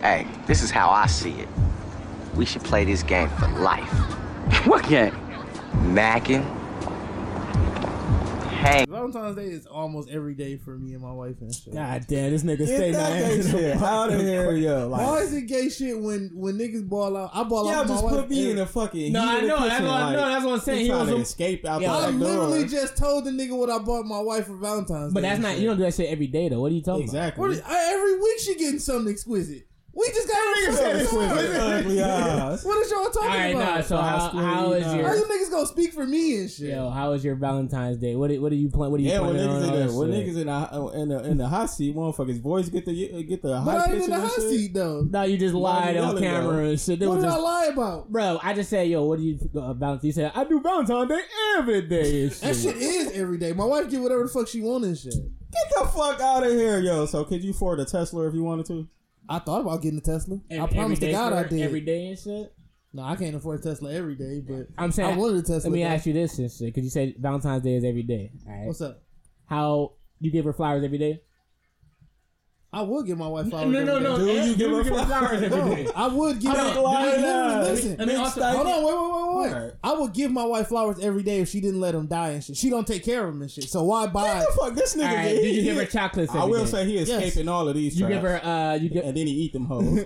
Hey, this is how I see it. We should play this game for life. What game? Mackin', hang, Valentine's Day is almost every day for me and my wife and shit. God damn, this nigga stay Get not that gay answering shit the out of fucking here. Yo, Why like, is it gay shit when when niggas ball out? I ball out. y'all with just my wife put me in every- a fucking. No, heat I of the know, that's kitchen, what I- like, no, that's what I'm saying. he He trying was to a- escape out Yeah, the I back door. literally just told the nigga what I bought my wife for Valentine's But Day. that's and not. shit. You don't do that shit every day though. What are you talking exactly. What is- I- every week she getting something exquisite. We just got her That's fucking what on. the ugly eyes. What is y'all talking about? All right, about? nah. So how, Prospering, how is nah. How you your niggas gonna speak for me and shit? yo? How is your Valentine's Day? What are- what are you playing? What are you Yeah, when planning niggas on? in all the that when shit? niggas in the in the in the hot seat, motherfuckers voice get the get the but high I ain't pitch in the and hot shit. seat though. No, you just Why lied you on yelling, camera though? and shit. They What was did I just, lie about? bro, I just said, yo, what do you uh, Valentine's? You said I do Valentine's Day every day. and That shit is every day. My wife get whatever the fuck she want and shit. Get the fuck out of here, yo. So could you afford a Tesla if you wanted to? I thought about getting a Tesla. Ev- I promised every to day God for- I did. every day and shit. No, I can't afford a Tesla every day, but I'm saying- I wanted a Tesla. Let me ask you this and shit, because you said Valentine's Day is every day. All right, What's up? how you give her flowers every day? I would give my wife flowers. no, no, every day. no. Do eh, you give do her you give her flowers every No, day? I would give. I her- mean, Literally, lying ass. listen. Let me also- Mixed Hold on, wait, wait, wait, wait. Alright. I would give my wife flowers every day if she didn't let them die and shit. She don't take care of them and shit. So why buy? What the fuck? This nigga. All right, he- do you give her he- chocolates? I every will day? say he escaping all of these. you give traps. her uh, you give and then he eat them hoes.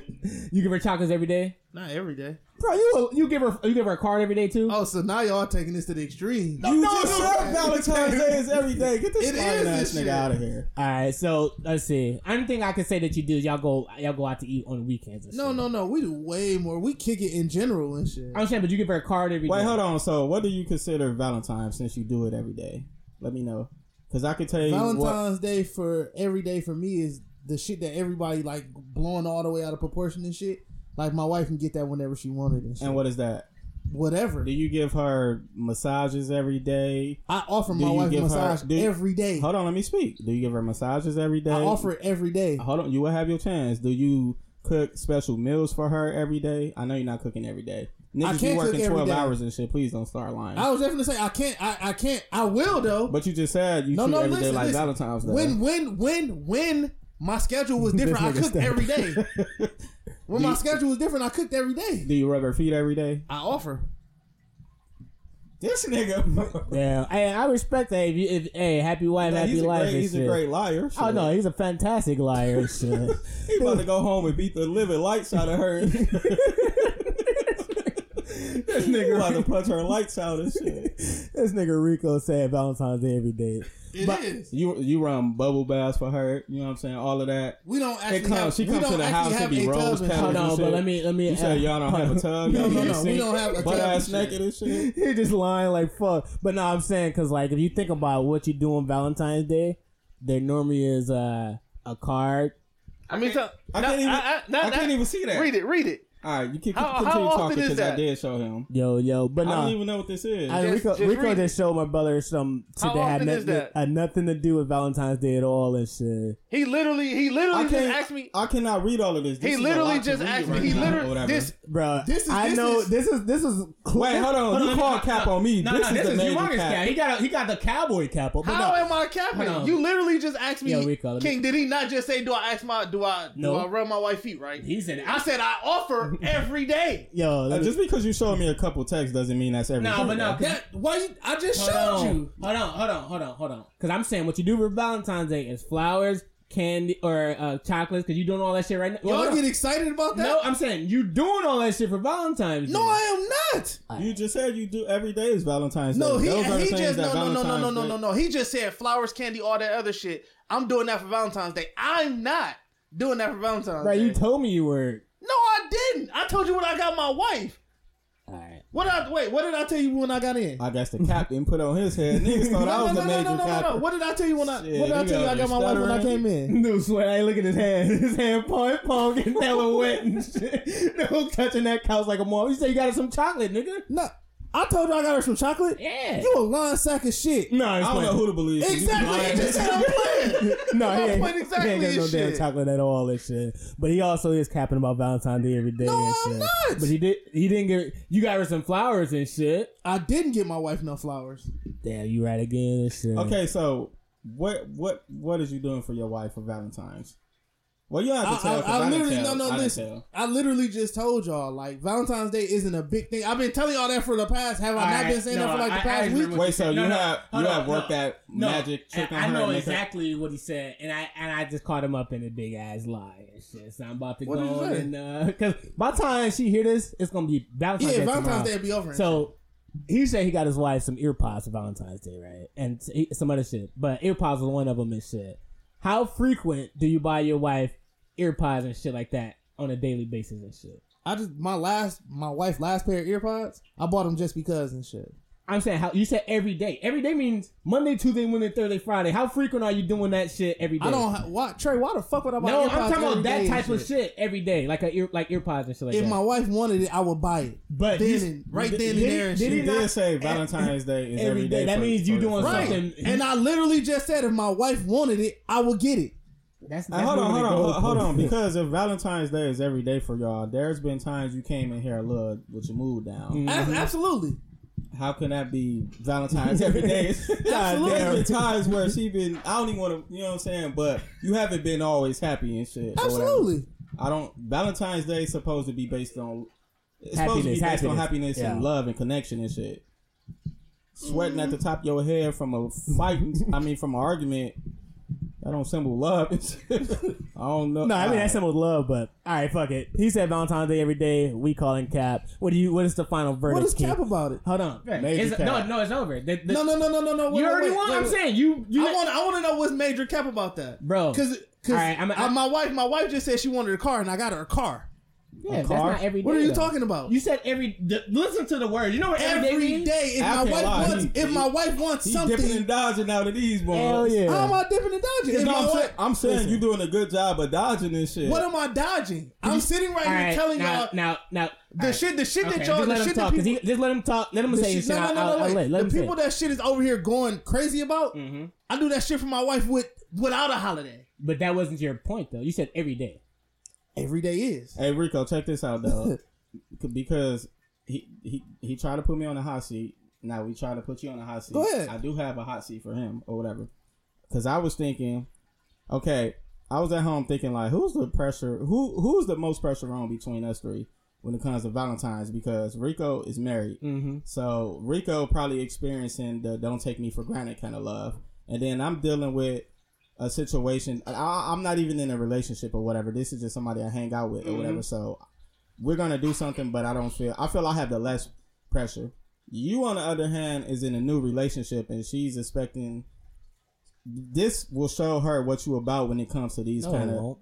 you give her chocolates every day. Not every day. Bro, you you give her you give her a card every day too. Oh, so now y'all taking this to the extreme. you just said Valentine's Day is every day. Get this It lying is ass this nigga shit. out of here. All right, so let's see. Only thing I can say that you do is y'all go y'all go out to eat on the weekends. and No, shit. no, no. We do way more. We kick it in general and shit. I'm saying, but you give her a card every Wait, day. hold on. So, what do you consider Valentine's since you do it every day? Let me know, because I could tell you what. Valentine's Day for every day for me is the shit that everybody like blowing all the way out of proportion and shit. Like my wife can get that whenever she wanted and shit. And what is that? Whatever. Do you give her massages every day? I offer Do my you wife a give her- massage do you- every day. Hold on, let me speak. Do you give her massages every day? I offer it every day. Hold on, you will have your chance. Do you cook special meals for her every day? I know you're not cooking every day. Niggas I can't be working cook every twelve day. hours and shit. Please don't start lying. I was definitely saying I can't. I, I can't. I will though. but you just said you no, treat no. every day Listen, like listen. Valentine's Day. When, when, when, when my schedule was different, I nigga cooked stop. every day. When my schedule was different, I cooked every day. Do you rub her feet every day? I offer. This nigga. Yeah, hey, I respect that. If, you, if hey, happy wife, happy he's a life. great, and he's a shit. great liar. Oh shit. no, he's a fantastic liar. and shit. He about to go home and beat the living lights out of her. this nigga about to punch her lights out and shit. this nigga Rico said Valentine's Day every day. It is. You you run bubble baths for her. You know what I'm saying? All of that. We don't actually. comes- have, she we comes to don't the actually house, it have be a rose tub and shit. Hold petals. You on, said- but let me let me. uh, You said y'all don't have a tub. No, Y'all no, get no. We sick, don't have a butt tub. ass and shit. naked and shit. He just lying like fuck. But no, I'm saying because like if you think about what you do on Valentine's Day, there normally is uh, a card. I mean, so, I no, can't even. I, I- no, I no. can't even see that. Read it. Read it. All right, you keep How- continue how often talking is because I that? did show him. Yo yo, but I no. don't even know what this is. I, Just- Rico, just Rico read just showed my brother some shit How that had often nothing, is that? had nothing to do with Valentine's Day at all and shit. He literally. He literally I just can't. asked me. I cannot read all of Oh, this. This He is a literally lot to just read asked me. right He now, or literally whatever. this. Bro, This is- I this know is- this is this is Wait, hold on. you call cap on me. No, this no, is this the is major humongous cap. cap. He got a, he got the cowboy cap on. But How no, am I capping? Hold on. You literally just asked me, Yo, Rico, let me- King. Did he not just say, "Do I ask my do I No. do I rub my wife feet right?" He said, I said I offer every day. "Yo, Uh, let me- just because you showed me a couple texts doesn't mean that's everything. no, but no, 'cause- That why you, I just hold showed on, you. hold on, hold on, hold on, hold on." Because I'm saying what you do for Valentine's Day is flowers, candy, or uh, chocolates. Because you doing all that shit right now. Well, Y'all hold get on. excited about that? no, I'm saying you doing all that shit for Valentine's. No, Day. I am not. You just said you do every day is Valentine's No, Day. he, Those are the he things just no that no no no no Valentine's no Day- no no. He just said flowers, candy, all that other shit. I'm doing that for Valentine's Day. I'm not doing that for Valentine's bro, Day. you told me you were. no, I didn't. I told you when I got my wife. All right. What I wait? What did I tell you when I got in? I guess the cap didn't put on his head. Niggas thought I No, was no, no, the major no, no, no, cap. no. What did I tell you when I? Shit, what did I you tell you? I gotta got my wife when I stuttering. came in. No sweat. I look at his hand. His hand pong pong getting hella wet and shit. No touching that couch like a mom. You say you got her some chocolate, nigga. No, I told you I got her some chocolate. Yeah. You a lying sack of shit. no, it's I fine. don't know who to believe. You Exactly. lying. He just said I'm playing. No, My he ain't, point exactly he ain't got no is damn shit. chocolate at all and shit. But he also is capping about Valentine's Day every day. No, and I'm shit. not. But he did. He didn't get. You got her some flowers and shit. I didn't get my wife no flowers. Damn, you right again and shit. Okay, so what what what is you doing for your wife for Valentine's? Well, you have to I, tell. I, 'cause I didn't literally tell. no I no didn't listen. tell. I literally just told y'all like Valentine's Day isn't a big thing. I've been telling y'all that for the past. Have I All not right, been saying no, that for like the I- I past agree week? with Wait, so No, you no, have hold you on, have worked no, that no. magic trick I, on I her. know and make her- exactly what he said, and I and I just caught him up in a big ass lie and shit. So I'm about to What did go you on say? and uh, because by the time she hear this, it's gonna be Valentine's Yeah, Day. tomorrow. Valentine's Day will be over. and shit. So he said he got his wife some ear pods for Valentine's Day, right? And s- he- some other shit. But ear pods was one of them and shit. How frequent do you buy your wife ear pods and shit like that on a daily basis and shit? I just my last my wife last pair of earpods. I bought them just because and shit. I'm saying how you said every day. Every day means Monday, Tuesday, Wednesday, Thursday, Friday. How frequent are you doing that shit every day? I don't ha- why Trey. Why the fuck would I buy? No, earpods I'm talking every about day that and type of shit every day, like a ear, like ear pods and shit like If that. my wife wanted it, I would buy it. But then he's- and, right did- then and did he- there and did shit. he e-, You did say Valentine's Day is every every day. day. That for- means you for- doing for- something. Right. Something- and I literally just said if my wife wanted it, I will get it. that's, Now, that's hold on, moving hold the on, hold- hold goalposts. on. Because if Valentine's Day is every day for y'all, there's been times you came in here a little with your mood down. Mm. Ab- Absolutely. How can that be Valentine's every day? God, Absolutely. there's been times where she been. I don't even want to. You know what I'm saying? But you haven't been always happy and shit. or whatever. Absolutely. I don't. Valentine's Day is supposed to be based on. It's supposed to be Happiness, based on happiness happiness. and Yeah. love and connection and shit. Sweating at the top of your head from a fight. I mean, from an argument. That don't symbol love. I don't know. Ah, No, I mean that's I, him with love, but all right, fuck it. He said Valentine's Day every day. We calling cap. What do you? What is the final verdict? What is Keith? cap about it? Hold on. Major It's- cap. No, no, it's over. The- the- No, no, no, no, no, no. wait, you wait, already wait, won. wait, I'm wait. saying you. you I want. I want to know what's major cap about that, Bro. Because All right, I'm- I- my wife, my wife just said she wanted a car, and I got her a car. yeah, that's car? not every day. What are you though. talking about? You said every. The, listen to the word. You know what every, Every means? day, if I my can't wife lie, wants, he- if he- my wife wants he's dipping something, and dodging out of these boys. Hell yeah. how am I dipping and dodging? If No, my I'm, wife- saying, I'm saying you doing a good job of dodging this shit. what am I dodging? I'm sitting right All here right, telling now, y'all now, now. the shit, the shit Okay, that just y'all, let the him shit talk. that 'cause people, he- just let him talk. Let him the say his shit- no, shit. no, I'll- no, I'll- no, I'll wait. let- let him the say people it. that shit is over here going crazy about. I do that shit for my wife with without a holiday. But that wasn't your point though. You said every day. Every day is. Hey Rico, check this out though, C- because he he he tried to put me on the hot seat. Now we try to put you on the hot seat. Go ahead. I do have a hot seat for him or whatever, because I was thinking, okay, I was at home thinking like, who's the pressure? Who who's the most pressure on between us three when it comes to Valentine's? Because Rico is married, Mm-hmm. so Rico probably experiencing the "don't take me for granted" kind of love, and then I'm dealing with a situation. I, I'm not even in a relationship or whatever. This is just somebody I hang out Mm-hmm. with or whatever. So we're gonna do something, but I don't feel. I feel I have the less pressure. You, on the other hand, is in a new relationship and she's expecting. This will show her what you about when it comes to these kind of.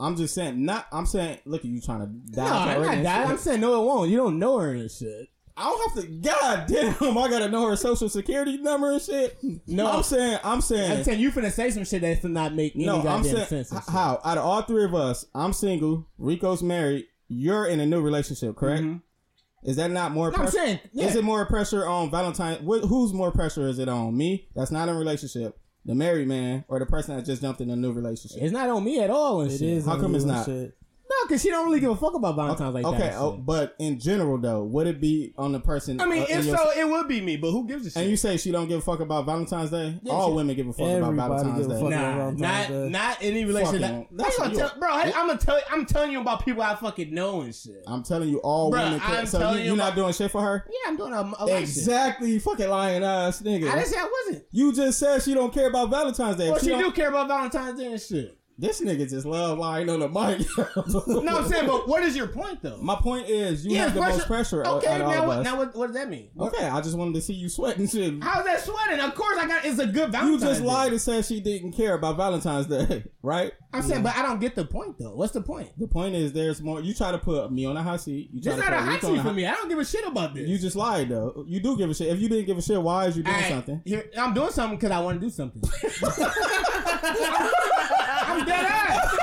I'm just saying, not. I'm saying, look at you trying to die. No, I'm not that. I'm saying no, it won't. You don't know her and shit. I don't have to. God damn, I gotta know her social security number and shit. No, I'm saying, I'm saying, I'm saying you finna say some shit that's not make any no, I'm goddamn saying, sense. and h- shit. how out of all three of us, I'm single, Rico's married, you're in a new relationship, correct? Is that not more? Mm-hmm. No, I'm saying, yeah. is it more pressure on Valentine? Wh- who's more pressure is it on me? That's not in a relationship. The married man or the person that just jumped in a new relationship. It's not on me at all and It shit. is. How come it's unreal not? shit. No, because she don't really give a fuck about Valentine's like okay, that. and oh, shit. but in general though, would it be on the person? I mean, uh, in if your- so, it would be me. But who gives a shit? And you say she don't give a fuck about Valentine's Day? Yeah, All she- women give a fuck about Everybody Valentine's give a Day. fuck Nah, about Valentine's not- Day. not any relationship. Fucking- that- that's I ain't you. gonna tell- bro, I, I'm gonna tell. I'm telling you about people I fucking know and shit. I'm telling you, all Bruh, women. Care. I'm So telling you, you you're not about- doing shit for her. yeah, I'm doing a, a lot of shit. Exactly, you fucking lying ass nigga. I didn't say I wasn't. you just said she don't care about Valentine's Day. Well, she, do don't- care about Valentine's Day and shit. This nigga just love lying on the mic. No, I'm saying, but what is your point though? my point is you have the most pressure. out- Okay, out of all now of what? us. Now what, what does that mean? okay, I just wanted to see you sweating shit. How's that sweating? Of course, I got. It's a good You Valentine's. just Day. lied and said she didn't care about Valentine's Day, right? I'm saying, but I don't get the point though. What's the point? The point is, there's more. You try to put me on a hot seat. You try It's to not put a Rico hot on seat a for me. I don't give a shit about this. You just lied though. You do give a shit. If you didn't give a shit, why is you doing All right, something? Here, I'm doing something because I want to do something. I'm dead ass.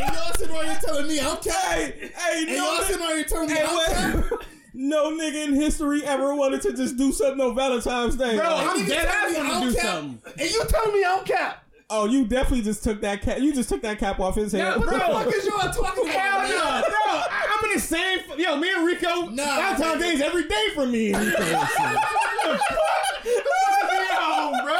And y'all sitting right here telling me I'm cap. Hey, hey, And y'all sitting right here telling me Hey, I'm what? cap. no nigga in history ever wanted to just do something on Valentine's Day. Bro, Like, I'm Niggas dead tell ass me want to I don't do care. something. And you telling me I'm cap? oh, you definitely just took that cap. You just took that cap off his head. No, What bro. the fuck is y'all talking about? Hell no, man? bro. I, I'm in the same. f- Yo, me and Rico. Nah. Valentine's Day is every day for me. and Rico. Yo, bro.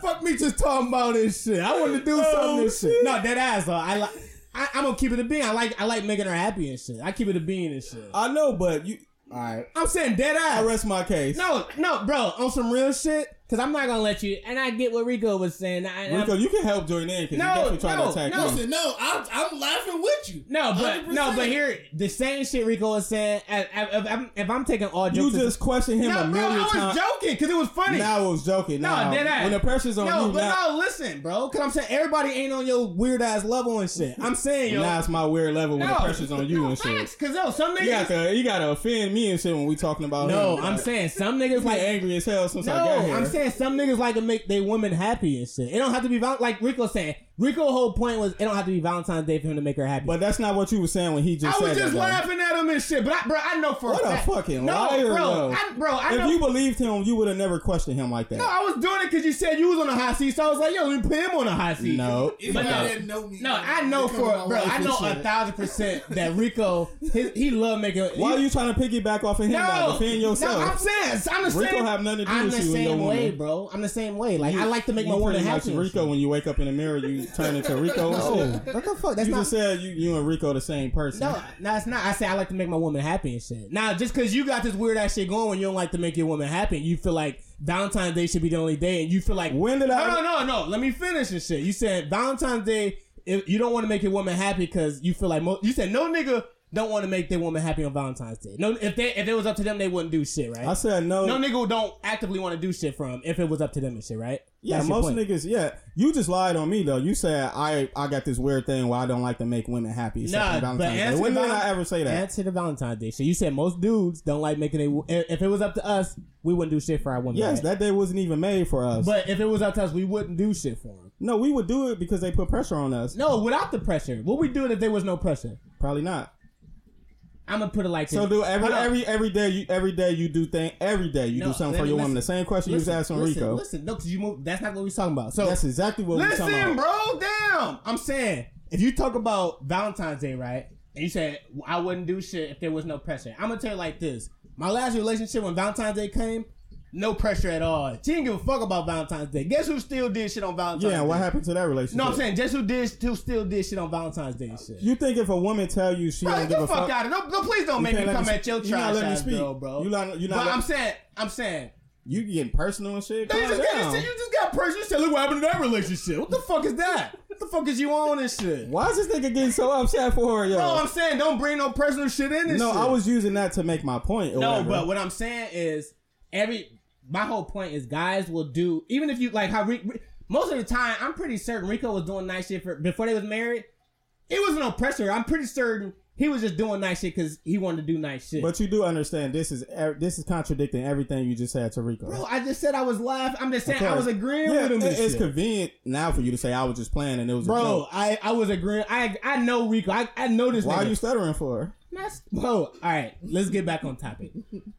Fuck me just talking about this shit. I want to do Oh, something this shit. no, dead ass though. I li- I, I'm gonna keep it a bean. I like I like making her happy and shit. I keep it a bean and shit. I know, but you. All right. I'm saying dead I ass. rest my case. No, no, bro, on some real shit. Cause I'm not gonna let you. And I get what Rico was saying. I, I'm- Rico, you can help join in because No, you definitely trying no, to attack no. me. Listen, no, I'm, I'm laughing with you. no, but no, 100%. but here the same shit Rico was saying. I, I, if, I'm, if I'm taking all You jokes, just questioned him a no, bro, I million was times. joking because it was funny. Now I was joking. No, now, dead ass. When the pressure's on no, you, but now, no, listen, bro. Cause I'm saying everybody ain't on your weird ass level and shit. I'm saying yo, now it's my weird level when no, the pressure's on you no, and shit. facts, Cause yo, some You niggas. gotta, you gotta offend me and shit when we talking about no, him. I'm Like, saying some niggas I've been like angry as hell since I got No, here. I'm saying some niggas like to make their women happy and shit. It don't have to be val- like Rico said. Rico whole point was it don't have to be Valentine's Day for him to make her happy. but that's not what you were saying when he just I said was just that, though. laughing at him and shit, but I, bro, I know for What a a fact. fucking no, liar, bro, though. I, bro, I If know. you believed him, you would have never questioned him like that. no, I was doing it because you said you was on a hot seat, so I was like, yo, let me put him on a hot seat. No. But Anybody no. that know me, No, I know they for come to my bro, wife I and know shit. a thousand percent that Rico, his, he love making. Why are you trying to piggyback off of him now? No, Defend no, I'm yourself. saying I'm the Rico same. have nothing to do I'm with the you and your same woman. way, bro. I'm the same way. Like I like to make You my woman pretty much happy. and Rico, shit. when you wake up in the mirror, you turn into Rico. and No, shit. what the fuck? That's You not. just said you, you and Rico the same person. no, no, it's not. I say I like to make my woman happy and shit. Now, just because you got this weird ass shit going when you don't like to make your woman happy, you feel like Valentine's Day should be the only day, and you feel like When did I? No, no, no, no. Let me finish this shit. You said Valentine's Day, if you don't want to make your woman happy because you feel like mo- you said no nigga don't want to make their woman happy on Valentine's Day. No, if they if it was up to them, they wouldn't do shit, right? I said no. no nigga don't actively want to do shit for 'em if it was up to them and shit, right? yeah, That's your most point. niggas. Yeah, you just lied on me though. You said I I got this weird thing where I don't like to make women happy. except Nah, for but Valentine's Day. answer when the did Valen- I ever say that? Answer the Valentine's Day shit. You said most dudes don't like making a. If it was up to us, we wouldn't do shit for our women. Yes, right? that day wasn't even made for us. But if it was up to us, we wouldn't do shit for them. no, we would do it because they put pressure on us. No, without the pressure, what we do it if there was no pressure? Probably not. I'm gonna put it like this. So do every Hold on. every every day you every day you do thing every day you No, do something let for me your woman. listen. The same question you was asking listen, Rico. Listen, no, because you move. That's not what we talking about. So That's exactly what we talking listen, bro. about. Damn, I'm saying if you talk about Valentine's Day, right? And you said I wouldn't do shit if there was no pressure. I'm gonna tell you like this: my last relationship when Valentine's Day came, no pressure at all. She didn't give a fuck about Valentine's Day. Guess who still did shit on Valentine's? Yeah, and what Day? happened to that relationship? No, I'm saying guess who did who still did shit on Valentine's Day and shit. You think if a woman tell you she Bro, don't get give the a fuck fuck, out of no, no, please don't You make me can't let come me at your speak. You're not trash letting me ass, speak. girl, bro. You not- you're not but let- I'm saying, I'm saying, you getting personal and shit? You Calm just, got, you, down. said- you just got personal. You said, look what happened to that relationship. What the fuck is that? What the fuck is you on and shit? Why is this nigga getting so upset for her, yo? No, I'm saying don't bring no personal shit in this no, shit. I was using that to make my point. Or No, whatever. but what I'm saying is every my whole point is guys will do even if you like how Re, Re- most of the time I'm pretty certain Rico was doing nice shit for before they was married. It was no pressure. I'm pretty certain he was just doing nice shit because he wanted to do nice shit. But you do understand this is ev- this is contradicting everything you just said to Rico. bro, I just said I was laughing. I'm just saying I was course. agreeing yeah, with him. and it- it's shit. convenient now for you to say I was just playing and it was a Bro, joke. I, I was agreeing. I I know Rico. I, I know this. Why nigga. are you stuttering for? That's bro. All right, let's get back on topic.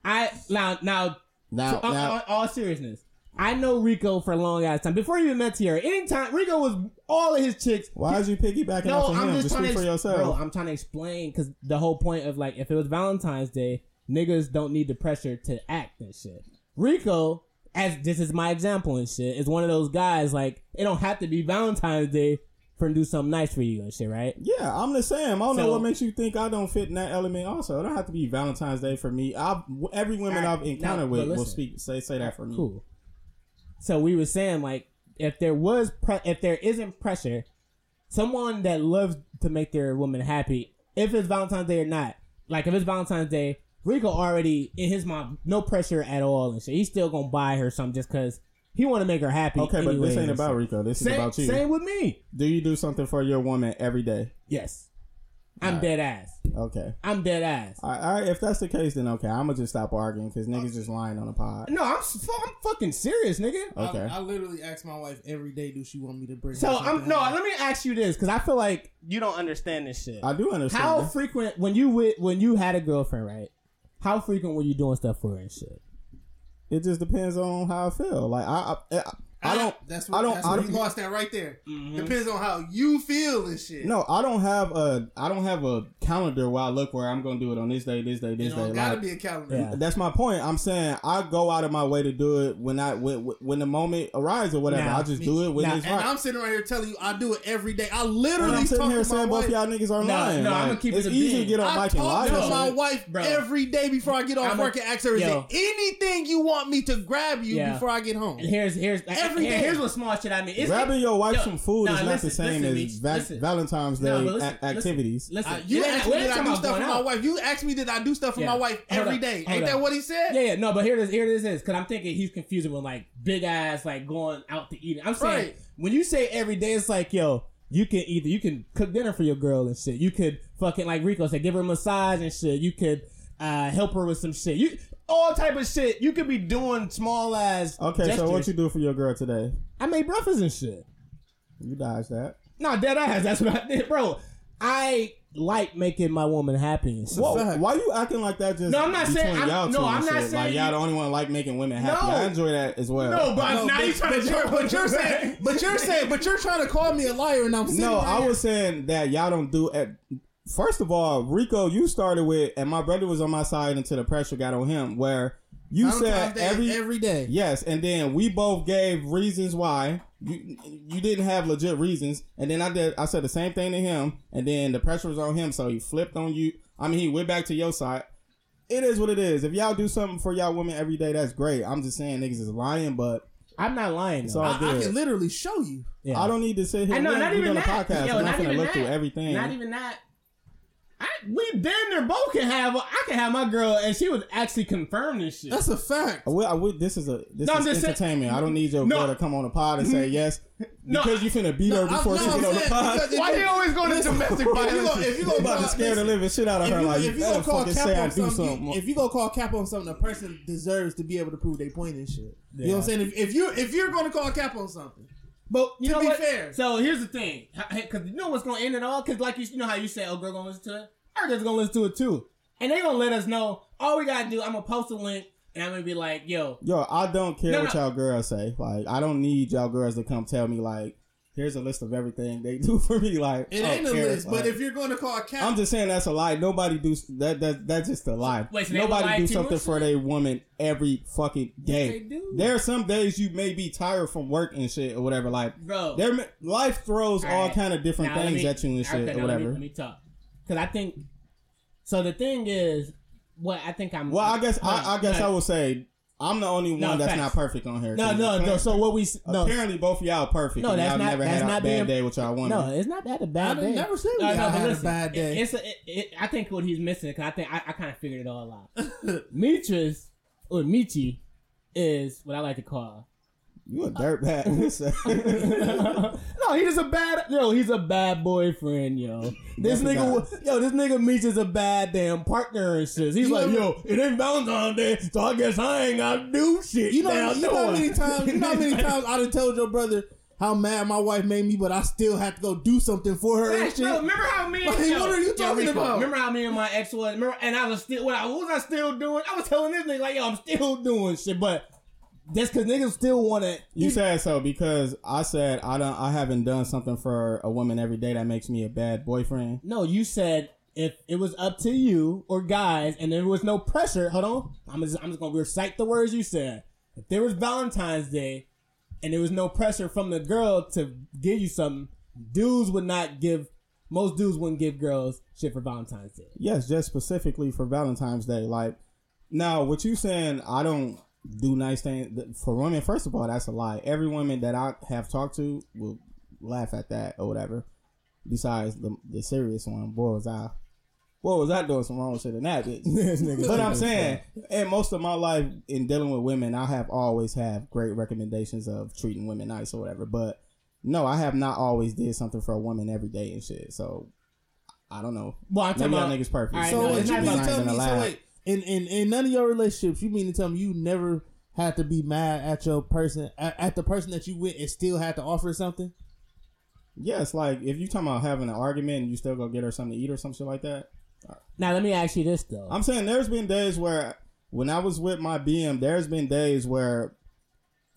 I now now, Now, on, now on uh, all seriousness, I know Rico for a long ass time before he even met Tierra. Anytime Rico was all of his chicks. why is you piggybacking No, off of I'm him? just, Just trying speak to for ex- yourself. bro. I'm trying to explain because the whole point of like if it was Valentine's Day, niggas don't need the pressure to act and shit. Rico, as this is my example and shit, is one of those guys like it don't have to be Valentine's Day for him to do something nice for you and shit, right? Yeah, I'm the same. I don't know So- what makes you think I don't fit in that element. Also, it don't have to be Valentine's Day for me. I every woman Alright, I've now, encountered but with will listen. speak say say that for me. Cool. So we were saying like if there was pre- if there isn't pressure, someone that loves to make their woman happy, if it's Valentine's Day or not, like if it's Valentine's Day, Rico already in his mind no pressure at all and shit. He's still gonna buy her something just because he want to make her happy. Okay, but this anyways. ain't about Rico. This Same, is about you. same with me. Do you do something for your woman every day? Yes, I'm dead ass. Okay. I'm dead ass. All right, all right, if that's the case, then okay, I'm gonna just stop arguing because niggas just lying on the pod. No, I'm s- I'm fucking serious, nigga. Okay. I, I literally ask my wife every day, do she want me to bring? her So I'm something no. home? Let me ask you this because I feel like you don't understand this shit. I do understand. How that. frequent when you with when you had a girlfriend, right? How frequent were you doing stuff for her and shit? it just depends on how I eh, feel. Like I, I, I I don't- That's what, I don't- That's where I you don't- lost that right there. Mm-hmm. Depends on how you feel and shit. No, I don't have a I don't have a calendar where I look where I'm gonna do it on this day, this day, you this know, day. gotta Like, be a calendar. Yeah. that's my point. I'm saying I go out of my way to do it when I when, when the moment arrives or whatever. Nah, I just me- do it when nah, it's And right. I'm sitting right here telling you, I do it every day. I And literally I'm sitting talk here to my saying both wife. y'all niggas are Nah, lying. nah, Like, I'ma keep it it's a easy to bean. get on I mic talk and lie. to about my it. wife Bro. every day before I get off I'm a- work and ask her, is Yo. there anything you want me to grab you Yeah. before I get home? And here's here's Every here- day. here's what small shit I mean. It's- Grabbing your wife No, some food nah, is not listen, the same listen, as Meech, va- listen. Valentine's Day No, but listen, a- activities. Listen, I- you it ain't- asked we me ain't did I talking do about stuff for going my out. wife. You asked me did I do stuff for Yeah. my wife Hold every up, day. hold Ain't up. that what he said? Yeah, yeah, no, but here it is. Here it is. Because I'm thinking he's confusing with like big ass, like going out to eat. I'm saying Right. when you say every day, it's like yo, you can either you can cook dinner for your girl and shit. You could fucking like Rico said, give her a massage and shit. You could uh, help her with some shit. You all type of shit. You could be doing small ass. Okay, so what you do for your girl today? I made breakfast and shit. You dodged that. No, dead ass. That's what I did, bro. I like making my woman happy. And shit. Whoa, fact. why you acting like that? Just No, I'm not between saying- I'm- y'all no, two and I'm not shit? saying like y'all you- the only one like making women happy. No. I enjoy that as well. No, but No, now but- you trying but to you're- but you're saying- But you're saying, but you're trying to call me a liar, and I'm sitting no, right I here. was saying that y'all don't do at. First of all, Rico, you started with, and my brother was on my side until the pressure got on him. Where you Valentine's said Day is every every day. yes, and then we both gave reasons why you you didn't have legit reasons, and then I did. I said the same thing to him, and then the pressure was on him, so he flipped on you. I mean, he went back to your side. It is what it is. If y'all do something for y'all women every day, that's great. I'm just saying niggas is lying, but I'm not lying. it's though. all I, I good. can literally show you. Yeah. I don't need to sit here. I know, we- not we even doing a that. podcast. Yo, and I'm not finna even look that. through everything. Not even that. I, we been there. Both can have. a- I can have my girl, and she was actually confirmed this shit. That's a fact. We, I, we, this is a this No, I'm just is saying- entertainment. I don't need your No. girl to come on the pod and say yes No, because you finna beat her I'm- before no, she I'm get on the saying, pod. because if Why you- they always go to domestic If you violence? go, if you You go about to call- scare the listen, living shit out of if her. you, Like if you better gonna call fucking cap say I on do something, something. you- if you gonna call cap on something, a person deserves to be able to prove their point and shit. You know what I'm Yeah. saying? If, if you if you're gonna call cap on something, but you to know be what? fair. So here's the thing, because you know what's gonna end it all. Because like you, you know how you say, "Oh, girl, gonna listen to it." Our girl's gonna listen to it too, and they gonna let us know. All we gotta do, I'm gonna post a link, and I'm gonna be like, "Yo, Yo, I don't care No, what no. y'all girls say. Like I don't need y'all girls to come tell me like here's a list of everything they do for me. Like it I don't ain't a care. list. Like, But if you're gonna call cap, I'm just saying that's a lie. Nobody do that. That that's just a lie. Wait, so they lie Nobody to do you something and for shit? their woman every fucking day. they do. There are some days you may be tired from work and shit or whatever. Like bro, There, ma- life throws all, Oh. Alright. kind of different Now, let things me- at you and shit okay, or now let me- whatever. Let me, talk, because I think. So the thing is, what I think I'm. well, I guess Hold I, on, I guess hold I on. would say I'm the only one No, that's facts. not perfect on here. No, 'Cause no, no. apparent- So what we s- no apparently both of y'all are perfect. No, and that's y'all not- never that's had a not bad being- day with y'all woman. no, it's not that a I bad done day. never said No, y'all no, but had a listen, bad day. It's a, it, it, I think what he's missing because I think I, I kind of figured it all out. Mitris or Michi is what I like to call. you a dirtbag. no, he's a bad yo. He's a bad boyfriend, yo. This That's nigga, wa- yo, this nigga Meech is a bad damn partner and shit. He's You like, ever- yo, it ain't Valentine's Day, so I guess I ain't gotta do shit. You know, now, you know no how many one." times you know how many times I done told your brother how mad my wife made me, but I still had to go do something for her and Facts, bro. shit. Remember how me? Like, and yo, what are you yo, talking Rico, about? Remember how me and my ex was? Remember, and I was still. What, I, what was I still doing? I was telling this nigga like, yo, I'm still doing shit, but that's because niggas still want to. you said so because I said I don't. I haven't done something for a woman every day that makes me a bad boyfriend. No, you said if it was up to you or guys, and there was no pressure. Hold on, I'm just, I'm just gonna recite the words you said. If there was Valentine's Day, and there was no pressure from the girl to give you something, dudes would not give. Most dudes wouldn't give girls shit for Valentine's Day. Yes, just specifically for Valentine's Day. Like now, what you saying? I don't do nice things for women. First of all, that's a lie. Every woman that I have talked to will laugh at that or whatever. Besides the the serious one, boy was I, boy was I doing some wrong shit in that bitch. but I'm saying, and most of my life in dealing with women, I have always have great recommendations of treating women nice or whatever. But no, I have not always did something for a woman every day and shit. So I don't know. Well, I'm Maybe talking y'all about niggas perfect. All right, So No, what it's you not mean to about tell me? So wait, in, in in none of your relationships, you mean to tell me you never had to be mad at your person at, at the person that you with and still had to offer something? Yes, like if you talking about having an argument and you still go get her something to eat or some shit like that. Now let me ask you this though. I'm saying there's been days where when I was with my BM, there's been days where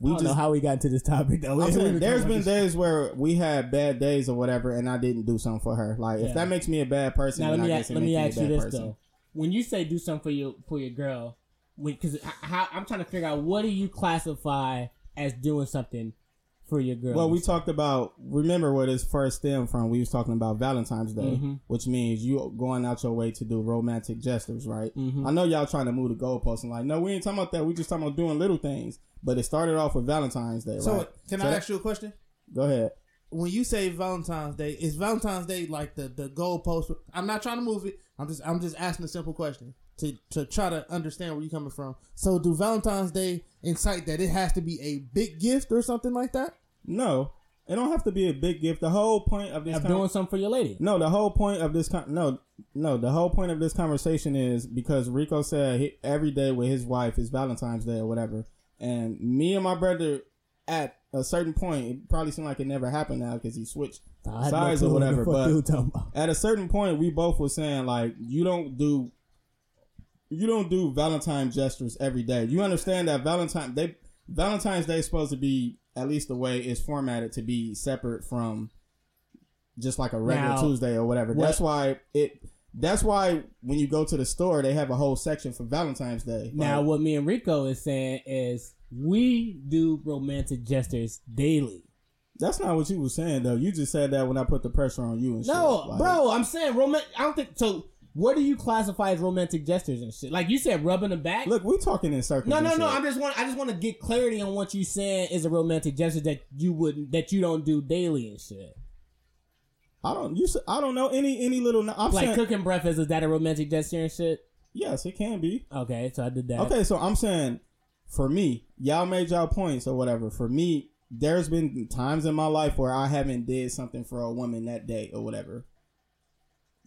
We I don't just know how we got into this topic though. I'm We- saying, we- there's been days where we had bad days or whatever, and I didn't do something for her. Like Yeah. if that makes me a bad person, Now then let me I ask, guess it let me makes ask me you a bad this person. though: when you say do something for your for your girl, because how I'm trying to figure out what do you classify as doing something for your girl? Well, we talked about remember where this first stemmed from. We was talking about Valentine's Day, which means you going out your way to do romantic gestures, right? I know y'all trying to move the goalposts and like, no, we ain't talking about that. We just talking about doing little things. But it started off with Valentine's Day, So right? can So I that- ask you a question? Go ahead. When you say Valentine's Day, is Valentine's Day like the the goalpost? I'm not trying to move it. I'm just I'm just asking a simple question to to try to understand where you're coming from. So do Valentine's Day incite that it has to be a big gift or something like that? No, it don't have to be a big gift. The whole point of this I'm con- doing something for your lady. No, the whole point of this con- no no the whole point of this conversation is because Rico said he, every day with his wife is Valentine's Day or whatever, and me and my brother at a certain point it probably seemed like it never happened now because he switched I had no sides clue or what the whatever. fuck But you were talking about. at a certain point, we both were saying like you don't do you don't do Valentine gestures every day. You understand that Valentine they Valentine's Day is supposed to be at least the way it's formatted to be separate from just like a regular Now- Tuesday or whatever. That's why it. That's why when you go to the store, they have a whole section for Valentine's Day. Now, Like, what me and Rico is saying is we do romantic gestures daily. that's not what you were saying though. You just said that when I put the pressure on you and No, shit. Like, bro, I'm saying romantic. I don't think so. What do you classify as romantic gestures and shit? Like you said, rubbing the back. Look, we talking in circles. no, and no, no. shit. I'm just want. I just want to get clarity on what you saying is a romantic gesture that you wouldn't, that you don't do daily and shit. I don't. You. s- I don't know any any little. I'm Like saying, cooking breakfast is that a romantic gesture and shit? Yes, it can be. Okay, so I did that. Okay, so I'm saying for me, y'all made y'all points or whatever. For me, there's been times in my life where I haven't did something for a woman that day or whatever.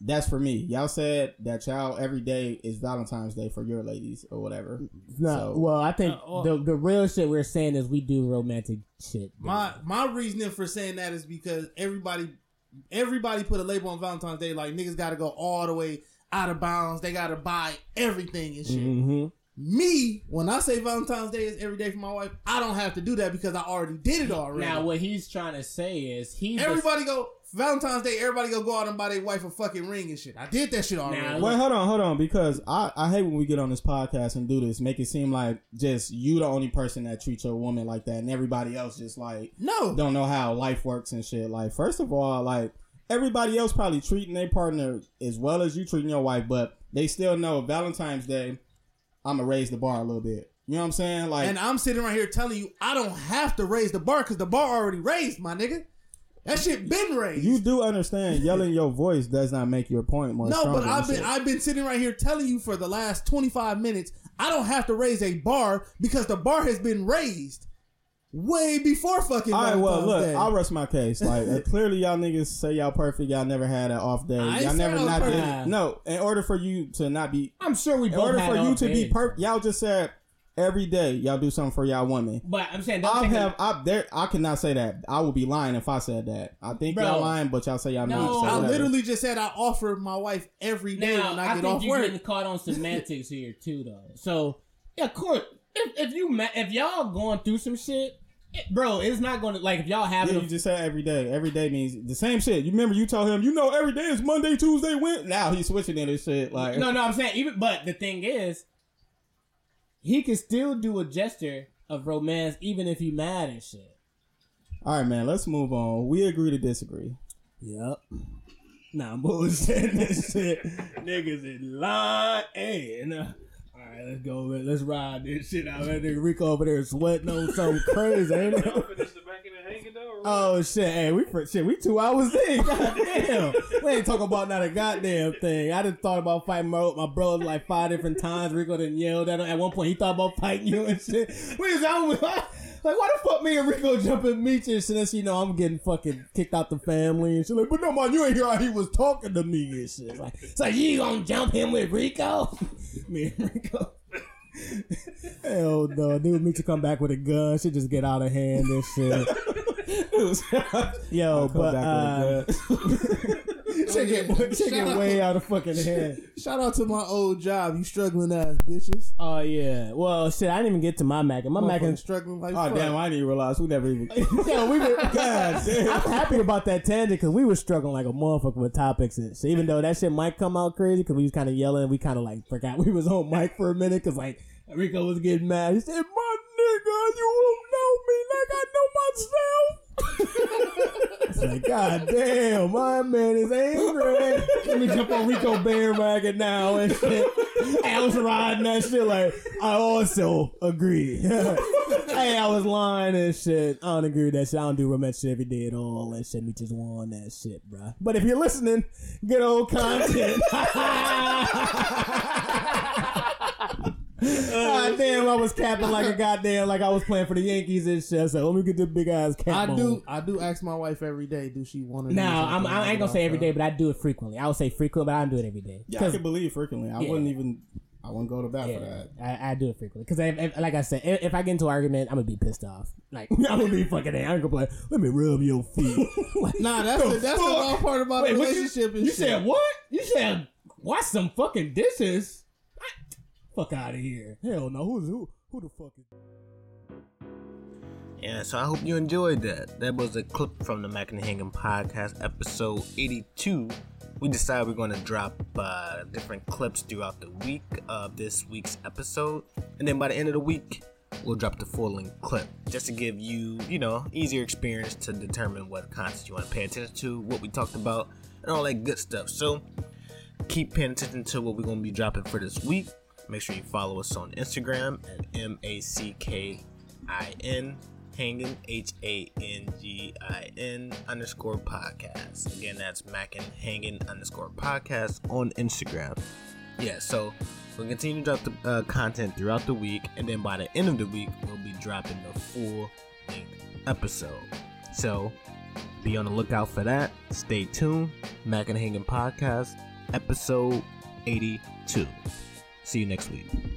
That's for me. Y'all said that y'all every day is Valentine's Day for your ladies or whatever. No, So- well, I think Uh, uh, the the real shit we're saying is we do romantic shit. My my reasoning for saying that is because everybody everybody put a label on Valentine's Day like niggas got to go all the way out of bounds. They got to buy everything and shit. Mm-hmm. Me, when I say Valentine's Day is every day for my wife, I don't have to do that because I already did it already. Now, what he's trying to say is he. everybody go Valentine's Day. Everybody go go out and buy their wife a fucking ring and shit. I did that shit already. Now, Well, hold on, hold on, because I, I hate when we get on this podcast and do this, make it seem like just you the only person that treats your woman like that, and everybody else just like no, don't know how life works and shit. Like, first of all, like everybody else probably treating their partner as well as you treating your wife, but they still know Valentine's Day, I'ma raise the bar a little bit. You know what I'm saying? Like and I'm sitting right here telling you I don't have to raise the bar because the bar already raised, my nigga. That shit been raised. you do understand yelling your voice does not make your point more No, but stronger and I've been shit. I've been sitting right here telling you for the last 25 minutes, I don't have to raise a bar because the bar has been raised way before fucking. all right, Valentine's well, look, Day. I'll rest my case. Like, uh, clearly, y'all niggas say y'all perfect. Y'all never had an off day. I ain't Y'all say I never was not perfect. did. No, in order for you to not be I'm sure we In both order had for you off to be days. perfect, y'all just said every day y'all do something for y'all woman. But I'm saying don't I take it- have I there I cannot say that. I would be lying if I said that. I think Bro. y'all lying, but y'all say y'all No. not. So I whatever. literally just said I offer my wife every day now. when I, I, get think off you're work. getting caught on semantics here too, though. So yeah, of course, if, if you ma- if y'all going through some shit, it- bro, it's not going to like if y'all having Yeah, a you just said every day. Every day means the same shit. You remember you told him, you know, every day is Monday, Tuesday, Wednesday. Now he's switching in his shit. Like, No, no, I'm saying even. But the thing is, he can still do a gesture of romance even if he mad and shit. all right, man, let's move on. We agree to disagree. Yep. Nah, I'm bullshitting this shit. Niggas is lying. All right, let's go. Man. Let's ride this shit out. That nigga Rico over there sweating on something crazy. Ain't it? Oh shit! Hey, we for, shit. We two hours in. Goddamn, we ain't talking about not a goddamn thing. I just thought about fighting my, my brother like five different times. Rico done yelled at him. At one point, he thought about fighting you and shit. We was out with- like, why the fuck me and Rico jumping meet you? So that's you know I'm getting fucking kicked out the family and shit. Like, but no man, you ain't hear how he was talking to me and shit. Like, it's like you gonna jump him with Rico? me and Rico. Hell no, dude, meet you come back with a gun. Shit just get out of hand and shit. Yo, I'll come but back uh, Take it, take Shout it out. way out of fucking hand. Shout out to my old job, you struggling ass bitches. Oh yeah. Well, shit. I didn't even get to my Mac. My Mac Motherfucking is. struggling like Oh fuck. damn! I didn't even realize we never even. Yo, we were, God damn! I'm happy about that tangent because we were struggling like a motherfucker with topics and shit. Even though that shit might come out crazy because we was kind of yelling, we kind of like forgot we was on mic for a minute because like Rico was getting mad. He said, "My nigga, you don't know me like I know myself." it's like, God damn, my man is angry. Let me jump on Rico bandwagon now and shit. I was riding that shit like I also agree. hey, I was lying and shit. I don't agree with that shit. I don't do romance shit every day at all and shit. Me just won that shit, bruh. But if you're listening, good old content. God damn, I was capping like a goddamn, like I was playing for the Yankees and shit. So let me get the big ass I cap. on. do. I do ask my wife every day. Do she want to? No, I'm, I ain't gonna say every day, but I do it frequently. I would say frequent, but I don't do it every day. Yeah, I can believe frequently. I Yeah. wouldn't even. I wouldn't go to bat for Yeah, that. I, I do it frequently because, if, if, like I said, if, if I get into an argument, I'm gonna be pissed off. Like I'm gonna be fucking. I'm gonna be like, let me rub your feet. Like, Nah, that's the, that's the fuck? wrong part about Wait, the what you- relationship. and You shit. said what? You said wash some fucking dishes. fuck out of here. Hell no. Who's who? Who the fuck is? Yeah, so I hope you enjoyed that. That was a clip from the Mac and Hingham podcast, episode 82. We decided we're going to drop uh, different clips throughout the week of this week's episode. And then by the end of the week, we'll drop the full length clip just to give you, you know, easier experience to determine what content you want to pay attention to, what we talked about, and all that good stuff. So keep paying attention to what we're going to be dropping for this week. Make sure you follow us on Instagram at M A C K I N Hangin H A N G I N underscore podcast. Again, that's Mac and Hangin underscore podcast on Instagram. Yeah, so we'll continue to drop the uh, content throughout the week, and then by the end of the week, we'll be dropping the full length episode. So be on the lookout for that. Stay tuned. Mac and Hangin podcast episode 82. See you next week.